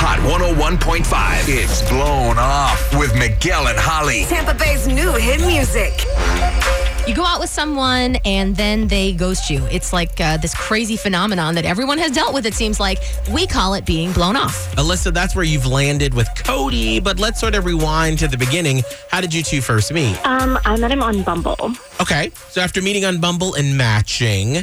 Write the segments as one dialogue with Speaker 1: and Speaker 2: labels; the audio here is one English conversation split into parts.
Speaker 1: Hot 101.5. It's blown off with Miguel and Holly.
Speaker 2: Tampa Bay's new hit music.
Speaker 3: You go out with someone and then they ghost you. It's like uh, this crazy phenomenon that everyone has dealt with, it seems like. We call it being blown off.
Speaker 4: Alyssa, that's where you've landed with Cody, but let's sort of rewind to the beginning. How did you two first meet?
Speaker 5: Um, I met him on Bumble.
Speaker 4: Okay, so after meeting on Bumble and matching,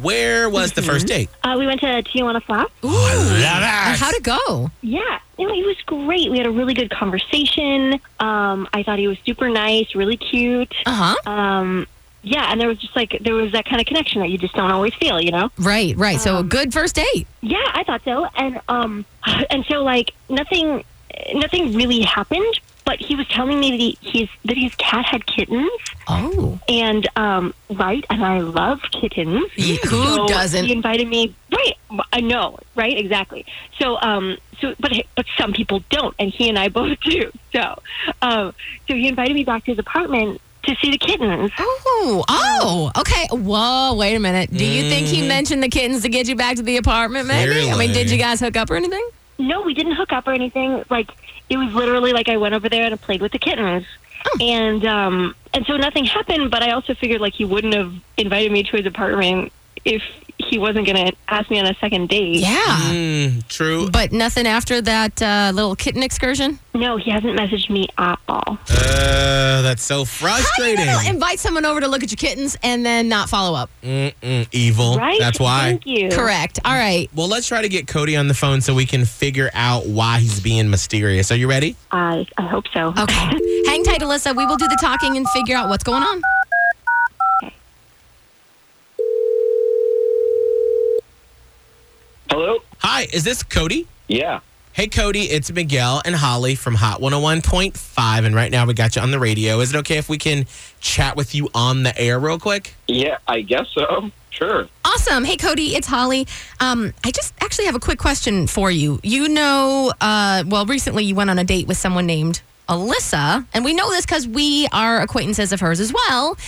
Speaker 4: where was the first date? Oh,
Speaker 5: Uh, we went to Tijuana Flats.
Speaker 3: Ooh.
Speaker 4: that.
Speaker 3: How'd it go?
Speaker 5: Yeah, no, it was great. We had a really good conversation. Um, I thought he was super nice, really cute.
Speaker 3: Uh huh.
Speaker 5: Um, yeah, and there was just like there was that kind of connection that you just don't always feel, you know?
Speaker 3: Right, right. So a
Speaker 5: Um,
Speaker 3: good first date.
Speaker 5: Yeah, I thought so. And um, and so like nothing, nothing really happened. But he was telling me that he, he's that his cat had kittens,
Speaker 3: Oh.
Speaker 5: and um, right, and I love kittens.
Speaker 3: Who
Speaker 5: So
Speaker 3: doesn't?
Speaker 5: He invited me. Right. I know. Right. Exactly. So, um, so, but but some people don't, and he and I both do. So, um, so he invited me back to his apartment to see the kittens.
Speaker 3: Oh, oh, okay. Whoa, wait a minute. Do you think he
Speaker 4: Mhm.
Speaker 3: mentioned the kittens to get you back to the apartment, maybe? I mean, did
Speaker 4: Clearly.
Speaker 3: you guys hook up or anything?
Speaker 5: No, we didn't hook up or anything. Like it was literally like I went over there and I played with the kittens.
Speaker 3: Oh.
Speaker 5: And um and so nothing happened, but I also figured like he wouldn't have invited me to his apartment if he wasn't going to ask me on a second date.
Speaker 3: Yeah.
Speaker 4: Mm, true.
Speaker 3: But nothing after that uh, little kitten excursion?
Speaker 5: No, he hasn't messaged me at all.
Speaker 4: Uh, that's so frustrating.
Speaker 3: How do you invite someone over to look at your kittens and then not follow up?
Speaker 4: Mm-mm, Mm, evil.
Speaker 5: Right?
Speaker 4: That's why.
Speaker 5: Thank you.
Speaker 3: Correct. All right.
Speaker 4: Well, let's try to get Cody on the phone so we can figure out why he's being mysterious. Are you ready?
Speaker 5: I I hope so.
Speaker 3: Okay. Hang tight, Alyssa. We will do the talking and figure out what's going on.
Speaker 6: Hello?
Speaker 4: Hi, is this Cody?
Speaker 6: Yeah.
Speaker 4: Hey, Cody, it's Miguel and Holly from Hot 101.5. And right now we got you on the radio. Is it okay if we can chat with you on the air real quick?
Speaker 6: Yeah, I guess so. Sure.
Speaker 3: Awesome. Hey, Cody, it's Holly. Um, I just actually have a quick question for you. You know, uh, well, recently you went on a date with someone named Alyssa, and we know this because we are acquaintances of hers as well.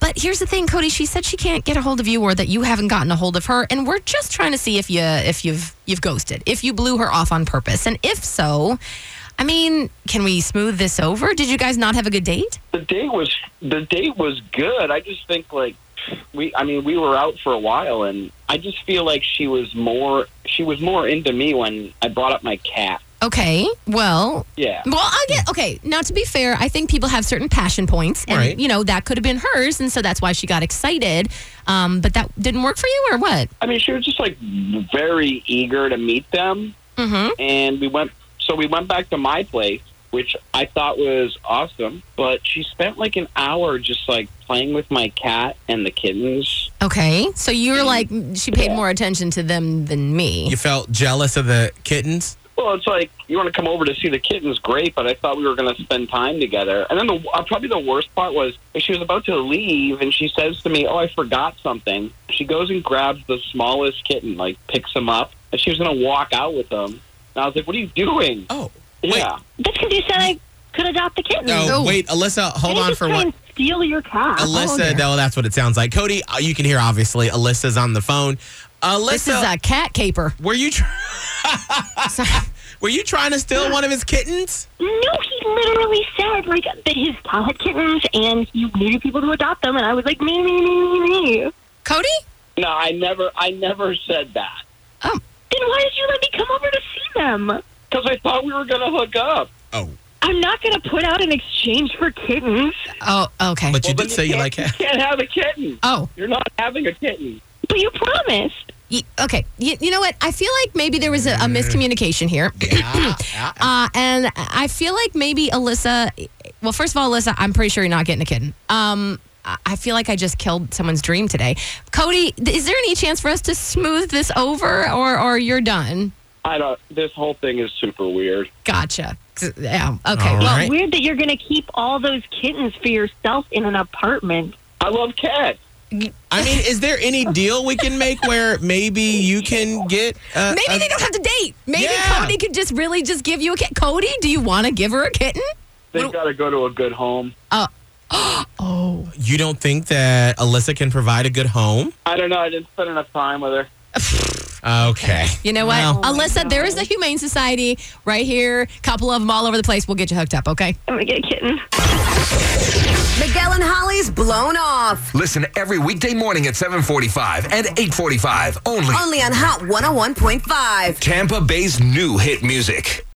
Speaker 3: But here's the thing, Cody. She said she can't get a hold of you, or that you haven't gotten a hold of her, and we're just trying to see if you if you've you've ghosted, if you blew her off on purpose, and if so, I mean, can we smooth this over? Did you guys not have a good date?
Speaker 6: The date was the date was good. I just think like we I mean, we were out for a while and I just feel like she was more she was more into me when I brought up my cat.
Speaker 3: Okay. Well,
Speaker 6: Yeah.
Speaker 3: Well, I get okay. Now, to be fair, I think people have certain passion points, and
Speaker 4: Right.
Speaker 3: you know that could have been hers, and so that's why she got excited. Um, but that didn't work for you, or what?
Speaker 6: I mean, she was just like very eager to meet them
Speaker 3: Mm-hmm.
Speaker 6: and we went so we went back to my place, which I thought was awesome, but she spent like an hour just like playing with my cat and the kittens.
Speaker 3: Okay, so you're like she paid more attention to them than me.
Speaker 4: Mm. You felt jealous of the kittens?
Speaker 6: Well, it's like you want to come over to see the kittens, great, but I thought we were going to spend time together. And then the uh, probably the worst part was like, she was about to leave, and she says to me, "Oh, I forgot something." She goes and grabs the smallest kitten, like picks him up, and she was going to walk out with him. And I was like, "What are you doing?"
Speaker 4: Oh, wait.
Speaker 6: yeah,
Speaker 5: This could be said I could adopt the kitten.
Speaker 4: No,
Speaker 3: No.
Speaker 4: wait, Alyssa, hold
Speaker 5: They
Speaker 4: on
Speaker 5: just
Speaker 4: for
Speaker 5: try
Speaker 4: one.
Speaker 5: and Steal your cat.
Speaker 3: Oh,
Speaker 4: Alyssa,
Speaker 3: dear.
Speaker 4: no, that's what it sounds like. Cody, uh, you can hear obviously Alyssa's on the phone. Alyssa,
Speaker 3: This is a cat caper.
Speaker 4: were you tr- were you trying to steal one of his kittens?
Speaker 5: No, he literally said like that his cat had kittens and he needed people to adopt them, and I was like, me, me, me, me, me. Then
Speaker 3: Cody,
Speaker 6: no, I never, I never said that
Speaker 3: Oh,
Speaker 5: why did you let me come over to see them?
Speaker 6: because I thought we were going to hook up.
Speaker 4: Oh,
Speaker 5: I'm not gonna put out an exchange for kittens.
Speaker 3: oh, okay.
Speaker 4: but you
Speaker 6: Well, then
Speaker 4: did say you
Speaker 6: can't-
Speaker 4: like it.
Speaker 6: You can't have a kitten.
Speaker 3: oh,
Speaker 6: You're not having a kitten.
Speaker 5: But you promised.
Speaker 3: y- okay. You, you know what? I feel like maybe there was a, a miscommunication here.
Speaker 4: Yeah, yeah.
Speaker 3: Uh, and I feel like maybe Alyssa. Well, first of all, Alyssa, I'm pretty sure you're not getting a kitten. Um, I- I feel like I just killed someone's dream today. Cody, th- is there any chance for us to smooth this over, or or you're done?
Speaker 6: I don't. This whole thing is super weird.
Speaker 3: Gotcha. Yeah. Okay.
Speaker 4: All
Speaker 3: well,
Speaker 4: right.
Speaker 5: Weird that you're going to keep all those kittens for yourself in an apartment.
Speaker 6: I love cats.
Speaker 4: I mean, is there any deal we can make where maybe you can get? Uh,
Speaker 3: maybe
Speaker 4: a-
Speaker 3: they don't have to date. Maybe
Speaker 4: Yeah.
Speaker 3: Cody could just really just give you a kitten. Cody, do you want to give her a kitten?
Speaker 6: They've got to go to a good home.
Speaker 3: Oh.
Speaker 4: You don't think that Alyssa can provide a good home?
Speaker 6: I don't know. I didn't spend enough time with her.
Speaker 4: Okay.
Speaker 3: You know what?
Speaker 4: Well,
Speaker 3: Alyssa, there is a Humane Society right here. Couple of them all over the place. We'll get you hooked up, okay?
Speaker 5: I'm going to get a kitten.
Speaker 2: Miguel and Holly's blown off.
Speaker 1: Listen every weekday morning at 745 and 845 only.
Speaker 2: Only on Hot 101.5.
Speaker 1: Tampa Bay's new hit music.